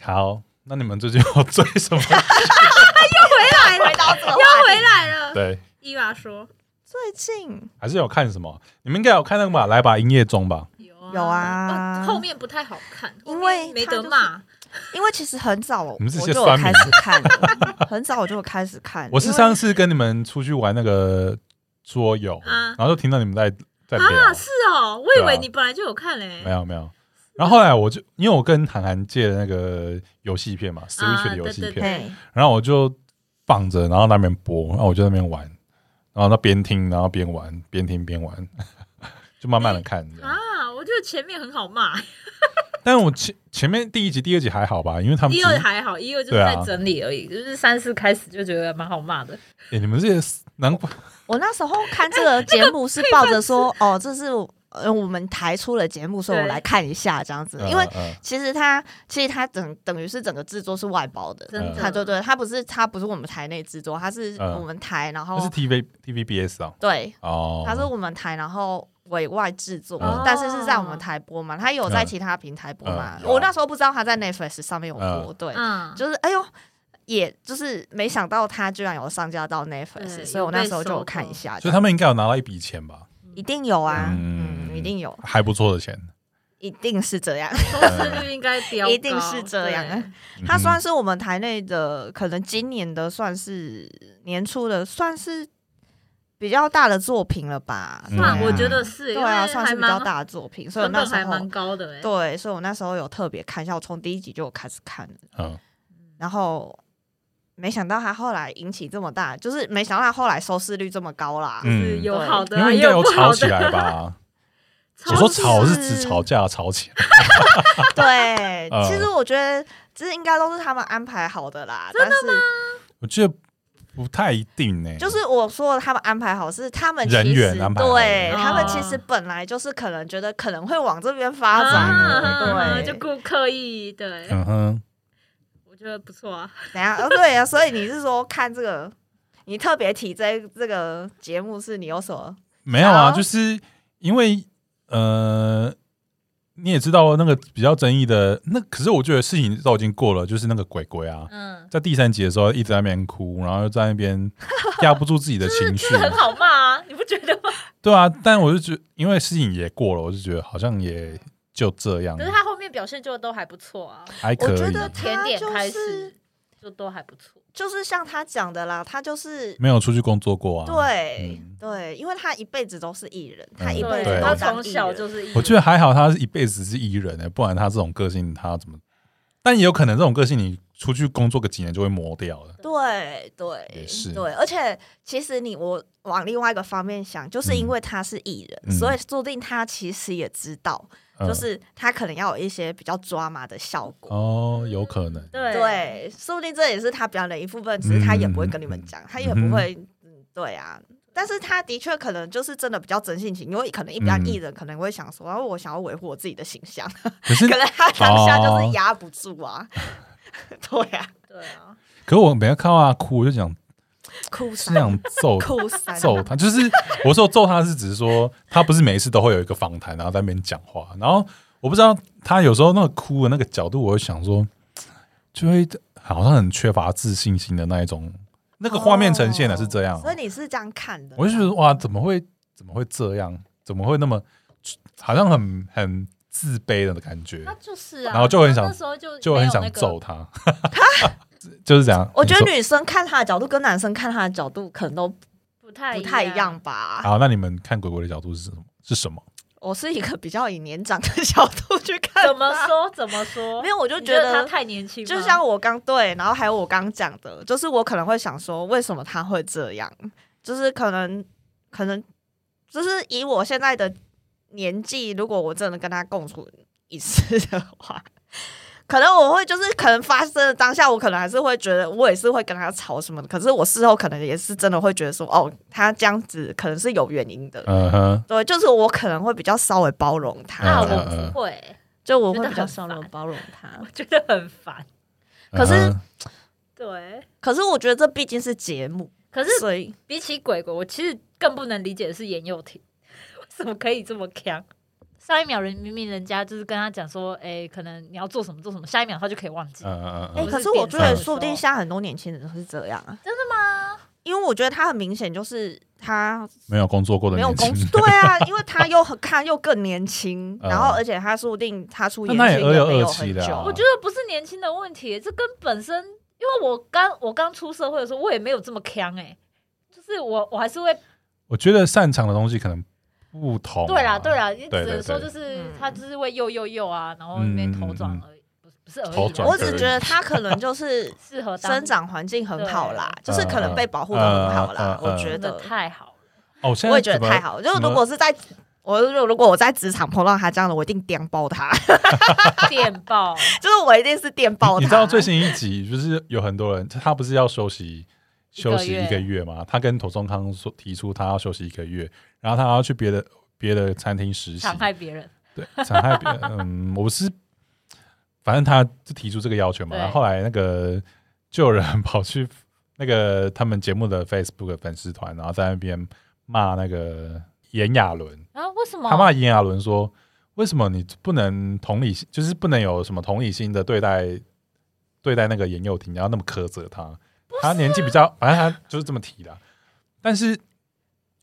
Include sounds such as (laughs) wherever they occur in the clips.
好，那你们最近有追什么？ (laughs) 回来到这个话题又回来了。对，伊娃说最近还是有看什么？你们应该有看那个吧，《来吧营业中》吧？有啊有啊哦后面不太好看，因为后面没他就得是骂。因为其实很早我你们是些就酸民有开始看了，很早我就有开始看。我是因为上次跟你们出去玩那个桌游，啊然后就听到你们在在聊，啊，是哦，我以对啊为你本来就有看嘞。没有没有。然后后来我就因为我跟韩寒借的那个游戏片嘛，Switch 的游戏啊对片，嘿，然后我就放着，然后那边播，然后我就在那边玩，然后那边听，然后边玩，边听边玩， (laughs) 就慢慢的看。这样啊，我觉得前面很好骂，但我前前面第一集、第二集还好吧，因为他们一只二是、还好，一二就是对啊在整理而已，就是三四开始就觉得蛮好骂的。诶你们这些难怪我那时候看这个节目是抱着说，哦，这是呃我们台出的节目，所以我对来看一下这样子，因为。嗯嗯其实它其实它等等于是整个制作是外包的，啊真的，它就对，它不是它不是我们台内制作，它是嗯我们台，然哦那是后 TV TVBS 啊，对，哦，它是我们台，然后委外制作嗯，但是是在我们台播嘛，它有在其他平台播嘛嗯，有我那时候不知道它在 Netflix 上面有播，对，嗯，就是哎呦。也就是没想到它居然有上架到 Netflix，对所以我那时候就有看一下，所以他们应该有拿到一笔钱吧，一定有啊，嗯嗯嗯，一定有，还不错的钱。一定是这样。收视率应该飙高，一定是这样啊对。嗯它算是是我们台内的，可能今年的算是年初的，算是比较大的作品了吧？嗯对啊算，我觉得是，对啊，因为算还是比较蛮，大的作品，所以我成那本时还候蛮高的哎。对，所以我那时候有特别看一下，我从第一集就有开始看了，嗯，然后没想到它后来引起这么大，就是没想到它后来收视率这么高啦。嗯是有好的因啊，为也应该有不吵好的起 (laughs) 来吧？吵我说起吵是是指吵架吵起来，对，呃其实我觉得这应该都是他们安排好的啦，但是我觉得不太一定呢。就是我说的他们安排好，是他们其实人员安排好对、哦他们其实本来就是可能觉得可能会往这边发啊展，啊对就故刻意对，嗯哼，我觉得不错啊。怎样？哦，对啊，所以你是说看这个，你特别提这这个节目是你有什么？没有啊，好就是因为呃，你也知道那个比较争议的那，可是我觉得事情都已经过了，就是那个鬼鬼啊。 (laughs) 嗯，在第三集的时候一直在那边哭，然后又在那边压不住自己的情 (laughs) 绪，很好骂啊，你不觉得吗？对啊。但我就觉因为事情也过了，我就觉得好像也就这样 (laughs) 可，是他后面表现就都还不错啊，还我可觉以，得他甜点就是开始就都还不错。就是像他讲的啦，他就是。没有出去工作过啊。对、嗯对，因为他一辈子都是艺人，他嗯一辈对子他都当从艺小人，就是艺我觉人得还好，他是一辈子是艺人呢、欸不然他这种个性他怎么？但也有可能这种个性你出去工作个几年就会磨掉了。对也对是对，而且其实你我往另外一个方面想，就是因为他是艺人，嗯所以注定他其实也知道，嗯、就是他可能要有一些比较抓马的效果。哦，有可能。对对，说不定这也是他表演的一部分，只是他也嗯不会跟你们讲，他也不会，嗯，对啊。但是他的确可能就是真的比较真性情，因为可能一般嗯艺人可能会想说，啊，我想要维护我自己的形 (laughs) 象，可是可，能他当下哦就是压不住啊， (laughs) 对 (laughs) 啊，对啊，可是我每次看到他哭，我就想哭是想揍哭三揍他。就是我说揍他是只是说他不是每一次都会有一个访谈，然后在那边讲话。然后我不知道他有时候那个哭的那个角度，我会想说，就会好像很缺乏自信心的那一种。那个画面呈现的是这样哦、所以你是这样看的，我就觉得哇，怎么会怎么会这样？怎么会那么好像很很自卑的感觉他？就是啊，然后就很想他那时候就就很想没有那个揍他， (laughs) 就是这样。我觉得你女生看他的角度跟男生看他的角度可能都不不太太一样。吧说。好，那你们看鬼鬼的角度是什么？是什么？我是一个比较以年长的 (laughs) 角度去看，怎么？说？怎么说？没有，我就你觉得他太年轻吗，就像我刚对，然后还有我刚讲的，就是我可能会想说，为什么他会这样？就是可能，可能，就是以我现在的年纪，如果我真的跟他共处一次的话，可能我会就是可能发生的当下，我可能还是会觉得我也是会跟他吵什么的，可是我事后可能也是真的会觉得说，哦，他这样子可能是有原因的。嗯哼，对，就是我可能会比较稍微包容他，那嗯嗯我不会，就我觉会得比较很稍烦微包容他我。 (laughs) 觉得很烦。可是嗯哼对，可是我觉得这毕竟是节目，可是所以 (laughs) 比起鬼鬼，我其实更不能理解的是严幼婷，为什么可以这么强？上一秒人明明人家就是跟他讲说，哎，可能你要做什么做什么，下一秒他就可以忘记。嗯嗯哎、嗯可是我觉得说不定现在很多年轻人都是这样啊，真的吗？因为我觉得他很明显就是他没有工作过的没有年轻工人，对啊，因为他又很看又更年轻，嗯然后而且他说不定他出那演那也戏也没有26很了啊我久，觉得不是年轻的问题，这跟本身，因为我刚我刚出社会的时候，我也没有这么强哎、就是我我还是啊会 (laughs) 我觉得擅长的东西可能不同、啊对啦对啦，啦，你只对对能说对就是嗯他就是会又又又啊，然后那边头转而已，不是不是而已嗯头啦，转我而只已觉得他可能 (laughs) 就是适合当生长环境很好啦，对就是可能被保护的很好啦，嗯嗯嗯嗯我觉真的得。太好了，哦，我现我在也觉得怎么太好了，就是怎么如果是在我如果我在职场碰到他这样的，我一定电爆他，电 (laughs) 爆，就是我一定是电爆他。你知道最新一集就是有很多人，他不是要休息一休个息月一个月嘛？他跟头中康说提出他要休息一个月，然后他要去别的别的餐厅实习伤，害别人，对，残害别人。 (laughs) 嗯，我是反正他就提出这个要求嘛，对然后后来那个就有人跑去那个他们节目的 Facebook 粉丝团，然后在那边骂那个炎亚纶，然、啊、后为什么他骂炎亚纶说：“为什么你不能同理心，就是不能有什么同理心的对待对待那个严幼婷，你要那么苛责他？他年纪比较，反正他就是这么提的。但是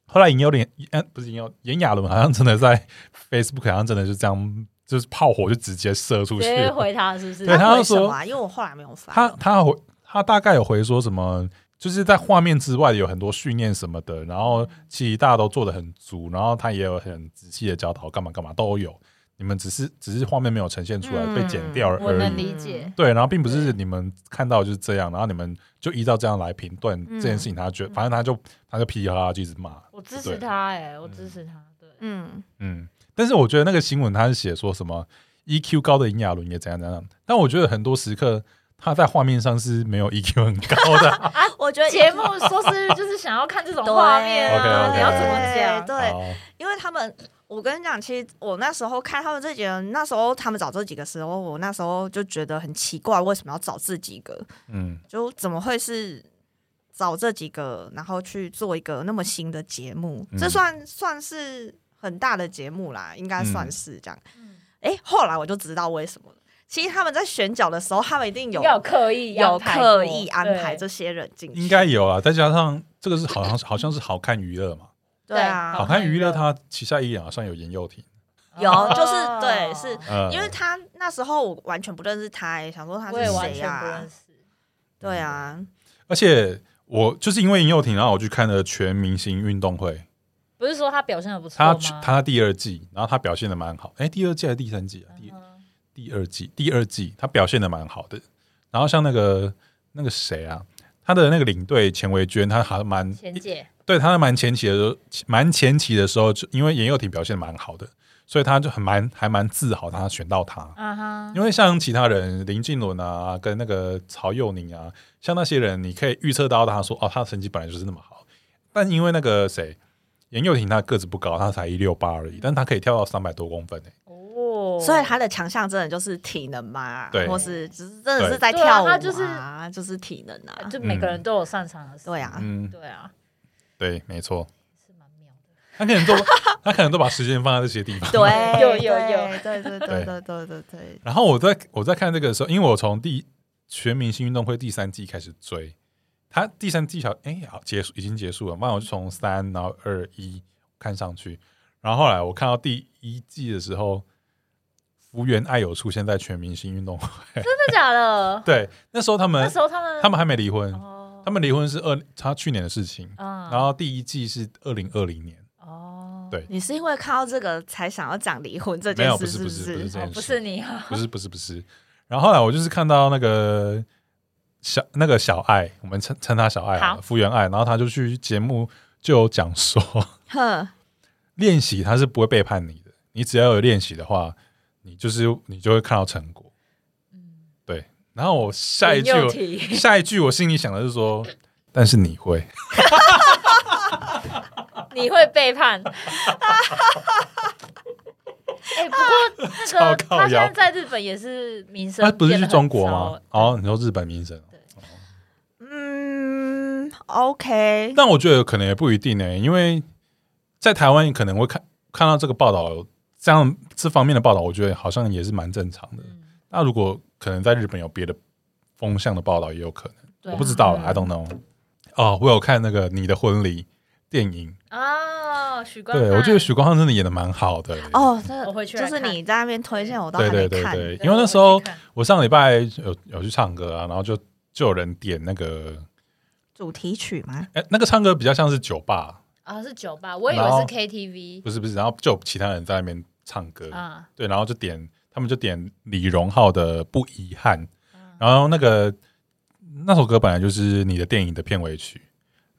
后来严幼玲，呃，不是严幼炎亚纶，好像真的在 Facebook 好像真的就这样，就是炮火就直接射出直去。接回他是不是？对他回就说什么啊因为我后来没有发，他他回他大概有回说什么，就是在画面之外有很多训练什么的，然后其实大家都做的很足，然后他也有很仔细的教导，干嘛干嘛都有。你们只是只是画面没有呈现出来，嗯被剪掉我而能已。理解，对，然后并不是你们看到就是这样，然后你们就依照这样来评断嗯这件事情。他觉得，反正他就他就噼里啪啦就一直骂，我支持他哎、我支持他，对，嗯，嗯，但是我觉得那个新闻他是写说什么 EQ 高的炎亚纶也怎样怎样，但我觉得很多时刻他在画面上是没有 EQ 很高的，我觉得节目说是就是想要看这种画面啊，对你要怎么讲？对，好因为他们，我跟你讲，其实我那时候看他们这几个人，那时候他们找这几个时候，我那时候就觉得很奇怪，为什么要找这几个？嗯就怎么会是找这几个，然后去做一个那么新的节目？嗯这算算是很大的节目啦，应该算是这样。嗯哎、后来我就知道为什么了。其实他们在选角的时候，他们一定有要有刻意有安排过刻意安排对这些人进，去，应该有啊。再加上这个是好像是好像是好看娱乐嘛，对啊，好看娱乐它旗下艺人好像啊有严幼婷，有哦就是对是呃，因为他那时候我完全不认识他、欸，想说他我是也完谁全不呀认、识。嗯对啊，而且我就是因为严幼婷，然后我去看了全明星运动会，不是说他表现的不错她吗？去她第二季，然后她表现的蛮好，哎，第二季还是第三季啊？第嗯第二季，第二季她表现的蛮好的。然后像那个那个谁啊，她的那个领队钱维娟，她还蛮钱姐对他蛮前期的时候，蛮前期的时候，就因为严幼婷表现蛮好的，所以他就很蛮还蛮自豪他选到他。啊哈，因为像其他人林敬伦啊，跟那个曹佑宁啊，像那些人，你可以预测到他说哦，他的成绩本来就是那么好，但因为那个谁严幼婷，她个子不高，她才一六八而已，但她可以跳到三百多公分诶、欸哦，所以他的强项真的就是体能嘛，对或是只是真的对是在跳舞、对啊啊他就是哎就是体能啊，就每个人都有擅长的事，对啊，嗯，对啊，对，没错，是蛮妙的。他可能都他可能都把时间放在这些地方。对， (laughs) 有有对有对对对对对对对对，然后我在我在看这个的时候，因为我从第全明星运动会第三季开始追，他第三季小哎好结束已经结束了，那我就从三然后二一看上去，然后后来我看到第一季的时候，福原爱有出现在全明星运动会，真的假的？对，那时候他哦那们时候他们他们还没离婚，哦他们离婚是二他去年的事情，啊然后第一季是二零二零年，哦对你是因为看到这个才想要讲离婚这没件有事，不是不不是不是这哦件事不是，你啊，不是不是不是。然后后来我就是看到那个小那个小爱，我们称称她小爱好了，好福原爱，然后她就去节目就有讲说， (laughs) 哼，练习她是不会背叛你的，你只要有练习的话，你就是你就会看到成果。嗯对，然后我下一句林佑我廷下一句我心里想的是说，但是你会，你会背叛。 (laughs) 哎，不过 (laughs) 那超个靠他现腰在在日本也是名声她变得很啊不是糟，去中国吗？哦，你说日本名声。嗯，OK，欸但我觉得可能也不一定呢、因为在台湾你可能会看看到这个报道这样这方面的报道，我觉得好像也是蛮正常的。嗯那如果可能在日本有别的风向的报道，也有可能，对啊我不知道啦嗯，I don't know。哦，我有看那个《你的婚礼》电影，啊，许光汉，呃对我觉得许光汉真的演的蛮好的。哦，我这回去就来是看你在那边推荐，我都对还没对对看。对，对因为那时候我回去看我上礼拜有有去唱歌啊，然后就就有人点那个，主题曲吗？哎，那个唱歌比较像是酒吧，啊是酒吧，我以为然后是 KTV 不是不是，然后就有其他人在那边唱歌，啊，对，然后就点他们就点李荣浩的《不遗憾》，嗯然后那个那首歌本来就是你的电影的片尾曲，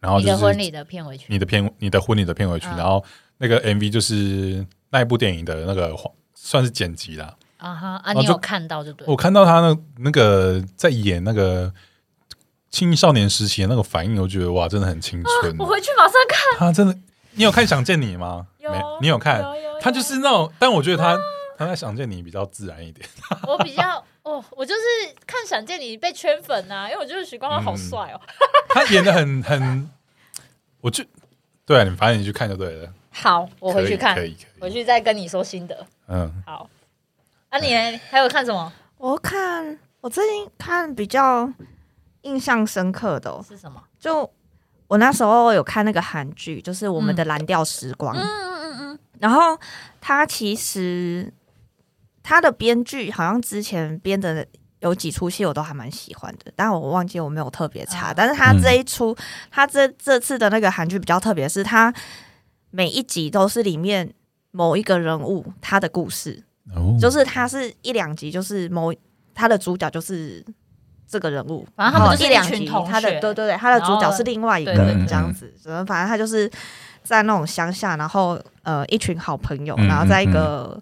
然后你就的是婚礼的片尾曲你的片你的婚礼的片尾曲，嗯然后那个 MV 就是那一部电影的那个黄算是剪辑啦。啊哈啊，然后你就哦有看到就对了我看到他那那个在演那个青少年时期的那个反应，我觉得哇，真的很青春。啊啊我回去马上看，他真的，你有看《想见你》吗？有没，你有看？有有啊有他就是那种，但我觉得他他在《想见你》比较自然一点。我比较哦，我就是看《闪电》你被圈粉呐、因为我觉得许光汉嗯好帅哦。他演的很很，我就对啊，你反正你去看就对了。好，我回可去以看可，以可回以。去再跟你说心得。嗯，好，啊你呢，还有看什么？我看我最近看比较印象深刻的哦、是什么？就我那时候有看那个韩剧，就是我们的《蓝调时光》嗯嗯嗯然后它其实它的编剧好像之前编的有几出戏我都还蛮喜欢的，但我忘记我没有特别查。啊嗯但是它这一出，它这这次的那个韩剧比较特别，是它每一集都是里面某一个人物他的故事。哦就是他是一两集，就是某他的主角就是这个人物，反正他然们后就是一两一群集同，学他的对对对，他的主角是另外一个然后嗯人呢这样子，然后反正他就是在那种乡下，然后呃一群好朋友，嗯然后在一个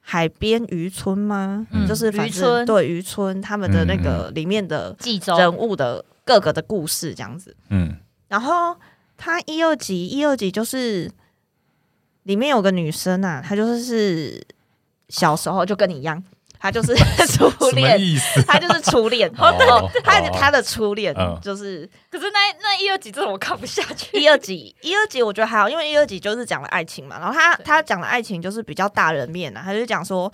海边渔村吗？嗯就是反渔正村对渔村他们的那个里面的嗯，济州人物的各个的故事这样子，嗯然后他一二集一二集就是里面有个女生啊，她就是小时候就跟你一样，她就是 (laughs) 初什么恋，意思？她就是初恋。哦对哦对她哦她的初恋嗯就是可是那那一二集真的我看不下去。一二集，一二集我觉得还好，因为一二集就是讲了爱情嘛。然后她对她讲了爱情就是比较大人面啊，她就讲说，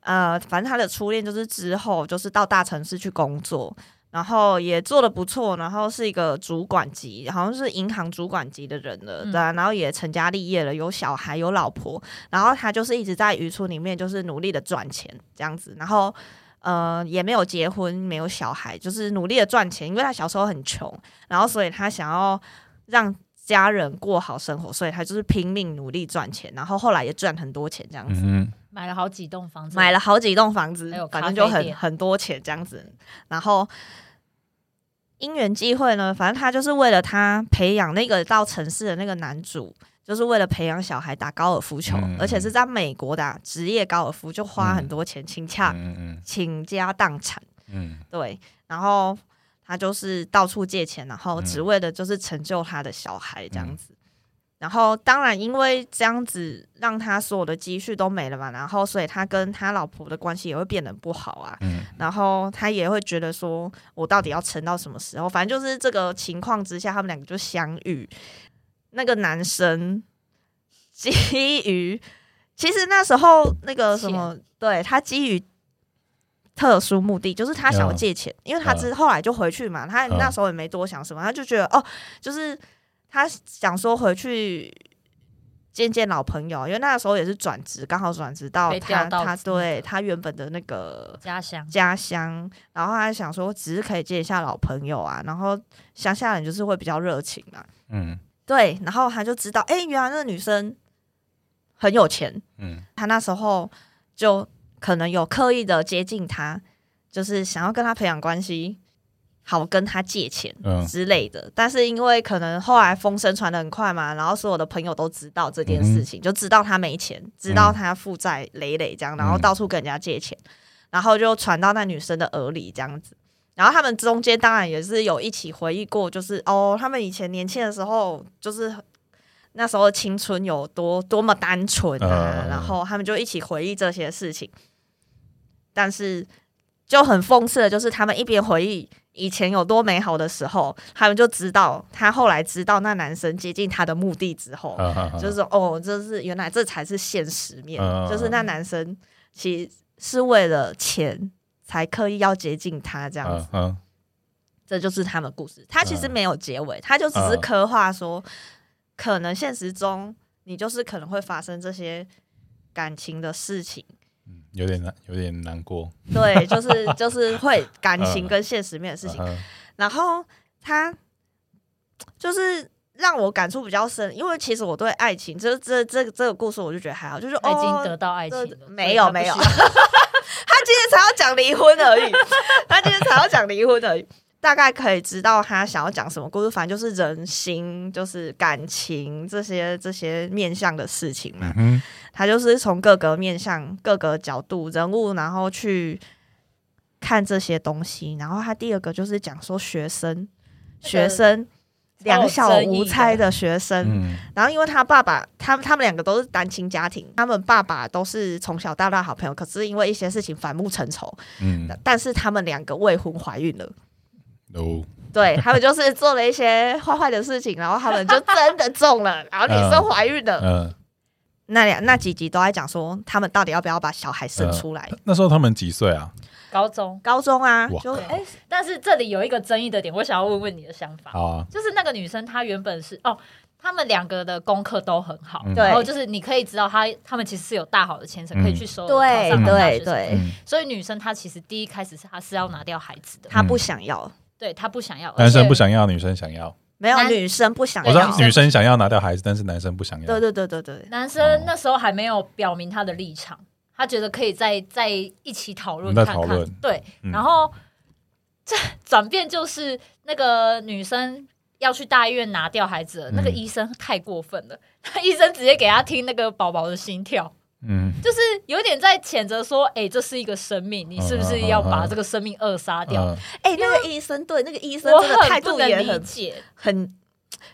呃，反正她的初恋就是之后就是到大城市去工作，然后也做的不错，然后是一个主管级，好像是银行主管级的人了，嗯对、啊，然后也成家立业了，有小孩，有老婆，然后他就是一直在渔村里面就是努力的赚钱这样子，然后。呃，也没有结婚，没有小孩，就是努力的赚钱，因为他小时候很穷，然后所以他想要让家人过好生活，所以他就是拼命努力赚钱，然后后来也赚很多钱这样子。嗯 (laughs) 买了好几栋房子，买了好几栋房子还有，咖反啡正就很店很多钱这样子。然后因缘际会呢，反正他就是为了他培养那个到城市的那个男主，就是为了培养小孩打高尔夫球，嗯而且是在美国打职业高尔夫，就花很多钱请假、嗯嗯倾家荡产。嗯对，然后他就是到处借钱，然后只嗯为了就是成就他的小孩这样子。然后当然因为这样子让他所有的积蓄都没了嘛，然后所以他跟他老婆的关系也会变得不好啊。嗯然后他也会觉得说，我到底要撑到什么时候？反正就是这个情况之下，他们两个就相遇。那个男生基于，其实那时候那个什么，对他基于特殊目的，就是他想要嗯借钱，因为他之后来就回去嘛，他嗯那时候也没多想什么，他就觉得哦，就是他想说回去。见见老朋友，因为那时候也是转职，刚好转职到被他调到他那对个他原本的那个家乡，家乡，然后他想说只是可以见一下老朋友啊，然后乡下人就是会比较热情嘛，嗯对，然后他就知道，哎、原来那个女生很有钱，嗯他那时候就可能有刻意的接近她，就是想要跟她培养关系，好跟她借钱嗯之类的，但是因为可能后来风声传的很快嘛，然后所有的朋友都知道这件事情，就知道他没钱，知道他负债累累这样，然后到处跟人家借钱，然后就传到那女生的耳里这样子。然后他们中间当然也是有一起回忆过，就是哦，他们以前年轻的时候，就是那时候的青春有多多么单纯啊，嗯然后他们就一起回忆这些事情。但是就很讽刺的，就是他们一边回忆，以前有多美好的时候，他们就知道，他后来知道那男生接近他的目的之后，嗯就是说哦，这是原来这才是现实面，嗯就是那男生其实是为了钱才刻意要接近他这样子，嗯嗯这就是他们故事。他其实嗯没有结尾，他就只是嗯刻画说，可能现实中你就是可能会发生这些感情的事情，嗯，有点难，有点难过。对， (laughs) 就是就是会感嗯情跟现实面的事情。嗯然后他就是让我感触比较深，因为其实我对爱情，就是这这这个故事，我就觉得还好，就是他已经哦得到爱情这了，没有所以他没有不需要他今天才要讲离婚而已， (laughs) 他今天才要讲离婚而已。大概可以知道他想要讲什么故事，反正就是人心，就是感情这些这些面向的事情嘛。嗯他就是从各个面向、各个角度、人物，然后去看这些东西。然后他第二个就是讲说学生，那学个生超有两 (laughs) 小争议无的猜的学生，嗯然后因为他爸爸，他他们两个都是单亲家庭，他们爸爸都是从小到大好朋友，可是因为一些事情反目成仇，嗯，但是他们两个未婚怀孕了。哦，对 (laughs) 他们就是做了一些坏坏的事情，然后他们就真的 (laughs) 中了，然后女生怀孕了。嗯，那两那几集都在讲说，他们到底要不要把小孩生出来？那时候他们几岁啊？高中。高中啊嗯哇，就对，哎，但是这里有一个争议的点，我想要问问你的想法，好啊，就是那个女生她原本是哦，他们两个的功课都很好，嗯然后对就是你可以知道她他们其实是有大好的前嗯程，可以去收对嗯对，对，嗯，所以女生她其实第一开始是她是要拿掉孩子的，他不想要，对她不想要，男生而且不想要，女生想要。没有男女生不想我知道要，女生想要拿掉孩子，但是男生不想要。对对对对对，男哦生那时候还没有表明他的立场，他觉得可以再再一起讨论再看讨看。论对，嗯然后这转变就是那个女生要去大医院拿掉孩子了，那个嗯医生太过分了， (laughs) 那医生直接给他听那个宝宝的心跳，嗯，就是有点在谴责说：“哎、这是一个生命，你是啊不是要把这个生命扼杀掉？”嗯哎，那个医生对那个医生我真的态很不度能也理很解，很，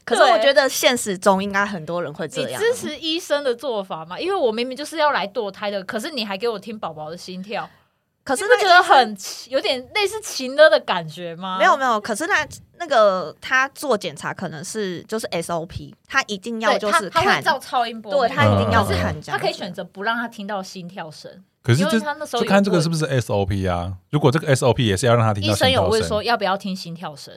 可是我对觉得现实中应该很多人会你这样，啊支持医生的做法吗？因为我明明就是要来堕胎的，可是你还给我听宝宝的心跳，可你是不那觉个得很奇有点类似情勒的感觉吗？没有，没有，可是那那个他做检查可能是就是 SOP，他一定要对，就是他他看会，照超音波，对他一定要嗯嗯嗯看这他样，可以选择不让他听到心跳声。可是因为这他那时候就有看这个问是不是 SOP 啊？如果这个 SOP 也是要让他听医到生心有跳问声说要不要听心跳声，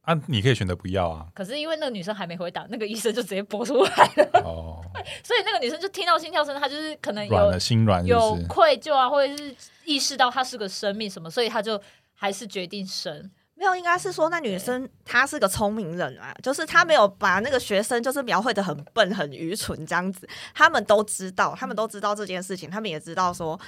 啊，你可以选择不要 (laughs) 啊。可是因为那个女生还没回答，那个医生就直接播出来了，哦，所以那个女生就听到心跳声，她就是可能软了有心软是有不是？愧疚啊，或者是意识到她是个生命什么，所以她就还是决定生。没有，应该是说那女生她是个聪明人啊，就是她没有把那个学生就是描绘的很笨、很愚蠢这样子。他们都知道，他们都知道这件事情，他们也知道说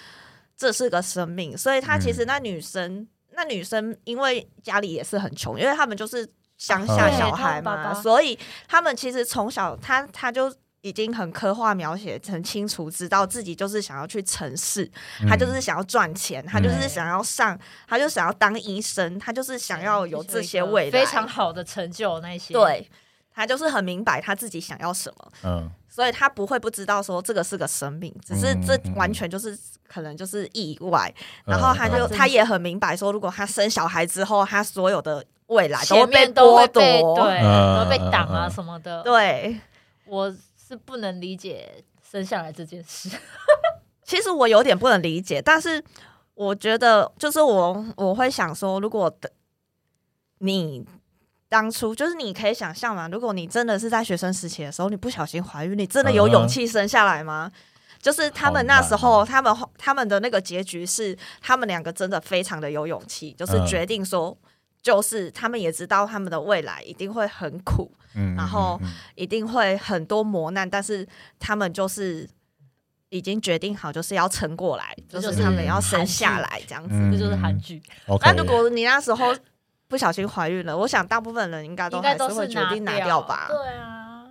这是个生命，所以她其实那女生，那女生因为家里也是很穷，因为他们就是乡下小孩嘛，对他们爸爸所以他们其实从小她她就。已经很刻画描写，很清楚知道自己就是想要去城市，嗯他嗯就是想要赚钱，他就是想要上，他就想要当医生，他就是想要有这些未来，非常好的成就那些。，对。他就是很明白他自己想要什么，嗯所以他不会不知道说这个是个生命，只是这完全就是可能就是意外。然后他就嗯嗯嗯他也很明白说，如果他生小孩之后，他所有的未来都前会被面都剥会被夺。对，嗯都会被挡嗯嗯啊嗯什么的。对，我是不能理解生下来这件事。其实我有点不能理解，但是我觉得就是我我会想说，如果的你当初就是你可以想象嘛，如果你真的是在学生时期的时候，你不小心怀孕，你真的有嗯哼勇气生下来吗？就是他们那时好难啊候，他们他们的那个结局是，他们两个真的非常的有勇气，就是嗯决定说，就是他们也知道他们的未来一定会很苦，嗯然后嗯嗯一定会很多磨难，但是他们就是已经决定好，就是要撑过来，这就就是是他们要生下来这样子。嗯 (laughs) 这就是韩剧， OK，那如果你那时候不小心怀孕了，我想大部分人应该都应还该是都会是决定拿掉吧？对啊，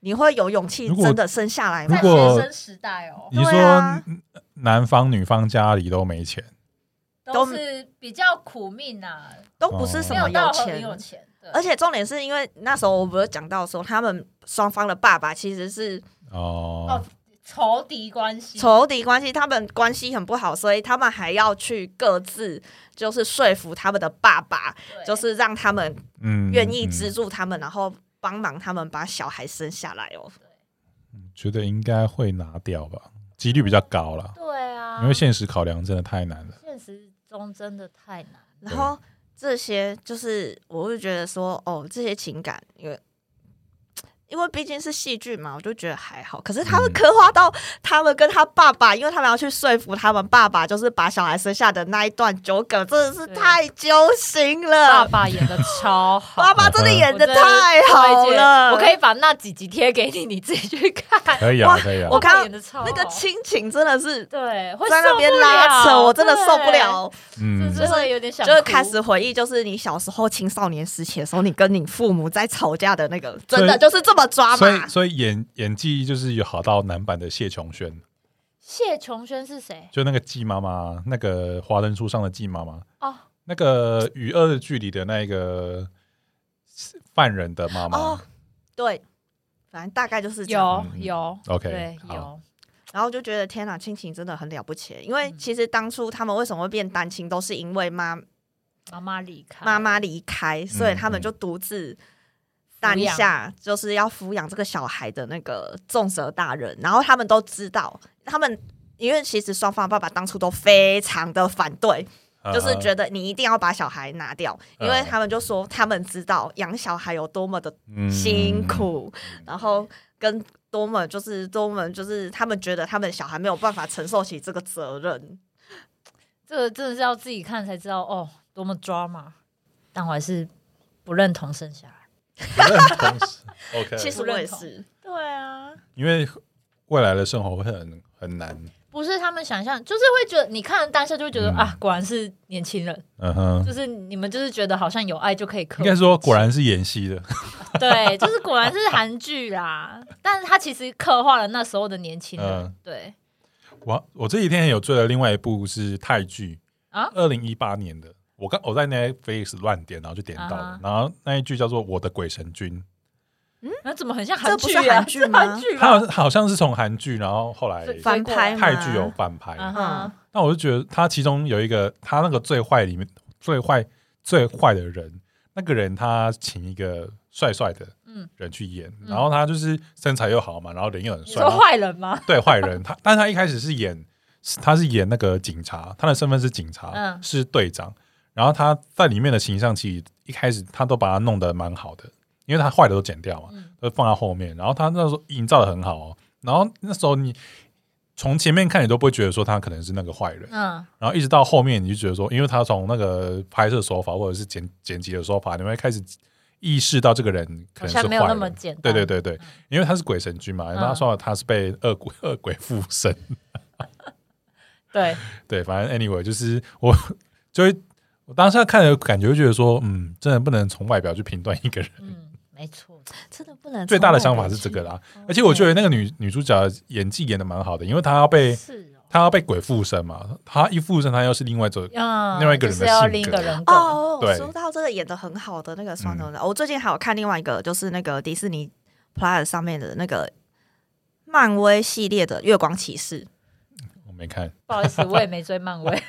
你会有勇气如果真的生下来如吗在？果学生时代哦，你对啊说男方女方家里都没钱，都是比较苦命啊，都不哦是什没么有到钱很。有钱。对而且重点是因为那时候我不是讲到说，他们双方的爸爸其实是哦哦，仇敌关系，仇敌关系，他们关系很不好，所以他们还要去各自就是说服他们的爸爸，对就是让他们嗯，愿意资嗯助他们，然后帮忙他们把小孩生下来哦。嗯觉得应该会拿掉吧，几率比较高了，对啊，因为现实考量真的太难了。现实中真的太难。然后这些就是，我会觉得说，哦，这些情感，因为因为毕竟是戏剧嘛，我就觉得还好。可是他们嗯刻画到他们跟他爸爸，因为他们要去说服他们爸爸，就是把小孩生下的那一段纠葛，真的是对太揪心爸了。爸演的超 (laughs) 好，爸爸真的演的太好了，我可以把那几集贴给你，你自己 (laughs) 去看。可以啊，哇可以啊我，爸爸看演的超好那个亲情真的是对，哦会在那边受不了拉扯，我真的受不，了。对嗯就是会有点想哭，就是开始回忆，就是你小时候青少年时期的时候，你跟你父母在吵架的那个，所以真的就是这么抓所以嘛。所以演演技就是有好到男版的谢琼轩，谢琼轩是谁？就那个季妈妈，那个华灯初上的季妈妈，哦，那个与恶的距离的那个犯人的妈妈。哦，对，反正大概就是这样。有嗯有 OK，对好有，然后就觉得天哪，亲情真的很了不起。欸因为嗯其实当初他们为什么会变单亲，都是因为妈妈妈离开，妈妈离开，所以他们就独自担下就是要抚养这个小孩的那个重责大人。然后他们都知道，他们因为其实双方爸爸当初都非常的反对，啊就是觉得你一定要把小孩拿掉，因为嗯他们就说他们知道养小孩有多么的得辛，苦，然后跟多么就是多么就是他们觉得他们小孩没有办法承受起这个责任。这个真的是要自己看才知道哦，多么 drama。但我还是不认同生下来。 (laughs) 不嗯认同 OK，其实我也不认是，对啊，因为未来的生活会很很难。不是他们想象，就是会觉得你看了当下就会觉得、嗯啊，果然是年轻人，嗯哼，就是你们就是觉得好像有爱就可以克应该说果然是演戏的。 (laughs) 对，就是果然是韩剧啦。但是他其实刻画了那时候的年轻人，嗯对，我我这几天有追了另外一部是泰剧啊二零一八年的。我刚我在 Netflix 乱点，然后就点到了啊，然后那一句叫做《我的鬼神君》，那怎么很像韩这不剧是啊韩？ (laughs) 剧 (laughs) 吗？剧它好吗？像好像是从韩剧，然后后来是翻翻拍吗泰剧哦有翻拍，啊嗯哈，那我就觉得他其中有一个，他那个最坏里面最坏最坏的人，那个人他请一个帅帅的嗯人去演，嗯然后他就是身材又好嘛，然后人又很你帅，说然后坏人吗？对坏人他，但是他一开始是演是他是演那个警察，他的身份是警察，嗯是队长，然后他在里面的形象其实一开始他都把他弄得蛮好的，因为他坏的都剪掉嘛，嗯，都放在后面，然后他那时候营造的很好哦，然后那时候你从前面看你都不会觉得说他可能是那个坏人。嗯，然后一直到后面，你就觉得说，因为他从那个拍摄手法或者是剪剪辑的手法，你会开始意识到这个人可好能是坏像人。没有那么简单。对对对对，嗯因为他是鬼神君嘛，然后说他是被恶鬼恶鬼附身。对，对，反正 anyway，就是我就会我当下看的感觉，就觉得说，嗯，真的不能从外表去评断一个人。嗯，没错，真的不能。最大的想法是这个啦，而且我觉得那个女女主角演技演的蛮好的，因为她要被是哦，她要被鬼附身嘛，她一附身，她又是另外一种嗯，另外一个人的就是要性格另一个人格，哦，对嗯说到这个演的很好的那个双重人，我最近还有看另外一个，就是那个迪士尼 Plus 上面的那个漫威系列的《月光骑士》，我没看不好意思，我也没追漫威。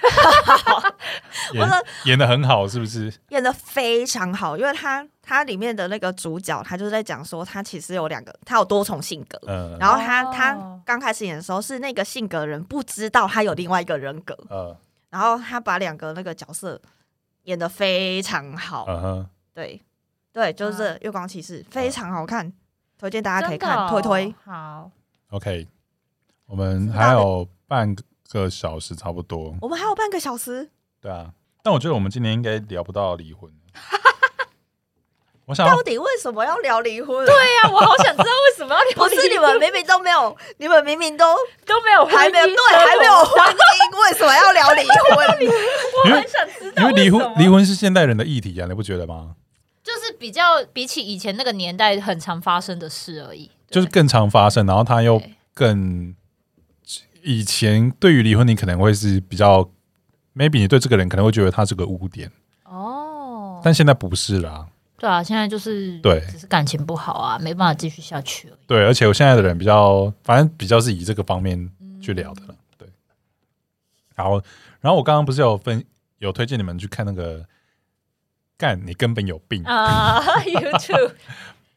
演的演的很好，是不是？演的非常好，因为他他里面的那个主角，他就是在讲说他其实有两个，他有多重性格。嗯，然后他、哦他刚开始演的时候是那个性格的人不知道他有另外一个人格，呃，然后他把两个那个角色演的非常好，嗯哼，对对，就是这啊《月光骑士》非常好看，推荐 (laughs) 大家可以真的看，哦推推。好， OK，我们还有半个小时差不多，我们还有半个小时，对啊。但我觉得我们今年应该聊不到离 (laughs) 婚。我想要到底为什么要聊离婚？对，对呀，我好想知道为什么要聊不是你们明明都没有，你们明明都都没有婚姻还没 (laughs) 有对，还没有婚姻，为什么要聊离婚？我很想知道因为离什婚么离婚是现代人的议题啊，你不觉得吗？就是比较比起以前那个年代很常发生的事而已，对就是更常发生，然后他又对更以前对于离婚，你可能会是比较 maybe 你对这个人可能会觉得他是个污点，哦，但现在不是啦。对啊，现在就是对只是感情不好啊，没办法继续下去而已。对，而且我现在的人比较，反正比较是以这个方面嗯去聊的了。对，然后，然后我刚刚不是有分有推荐你们去看那个《干你根本有病》啊、YouTube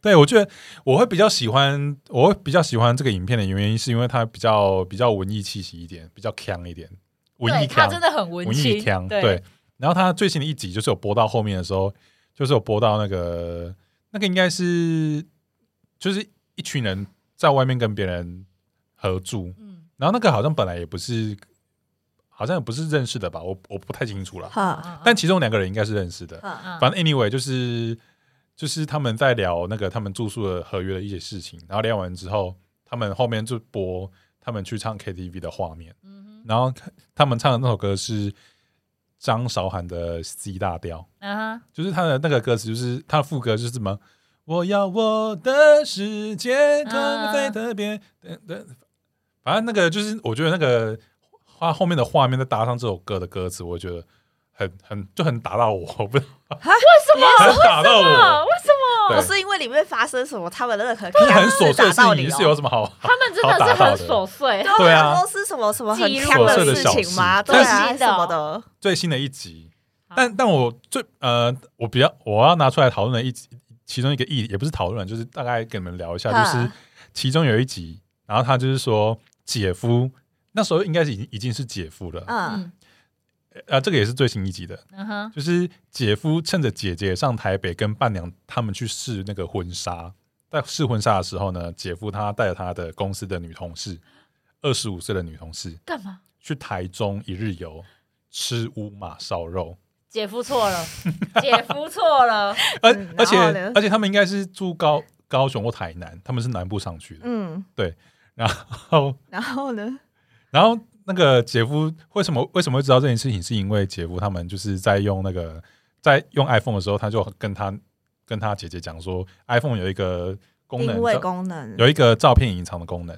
对，我觉得我会比较喜欢，我会比较喜欢这个影片的原因，是因为它比较比较文艺气息一点，比较强一点， (laughs) 文对艺他强，真的很文文青艺腔，对，对。然后他最新的一集就是有播到后面的时候，就是有播到那个那个应该是就是一群人在外面跟别人合住，嗯然后那个好像本来也不是，好像也不是认识的吧，我我不太清楚了。哈啊但其中两个人应该是认识的，哈，啊反正 anyway 就是就是他们在聊那个他们住宿的合约的一些事情，然后聊完之后，他们后面就播他们去唱 KTV 的画面，嗯然后他们唱的那首歌是张韶涵的 C 大调，哼啊哈，就是他的那个歌词，就是他的副歌就是什么“我要我的世界更非特别” (laughs) 等等，反正那个就是我觉得那个画后面的画面再搭上这首歌的歌词，我觉得很很就很打到我，我不知道为什么？很打到啊我，为什么对不哦是因为里面发生什么，他们那个可就是很能琐碎的打事到情你是哦有。什么好？他们真的是很琐碎？对啊我想说是什么什么很记录强琐碎的事小情事吗？对但啊，是什么的，最新的一集，好但但我最呃，我比较我要拿出来讨论的一集，其中一个议也不是讨论，就是大概跟你们聊一下，就哈是其中有一集，然后他就是说姐夫那时候应该是已经已经是姐夫了，嗯嗯呃，这个也是最新一集的，嗯哼，就是姐夫趁着姐姐上台北跟伴娘他们去试那个婚纱，在试婚纱的时候呢，姐夫他带着他的公司的女同事，二十五岁的女同事干嘛？去台中一日游吃乌马烧肉。姐夫 (laughs) 错了，姐夫错了，而嗯而且然后呢而且他们应该是住高高雄或台南，他们是南部上去的。嗯，然后然后呢？然后那个姐夫为什么为什么会知道这件事情？是因为姐夫他们就是在用那个在用 iPhone 的时候，他就跟他跟他姐姐讲说，iPhone 有一个功能定位叫功能有一个照片隐藏的功能，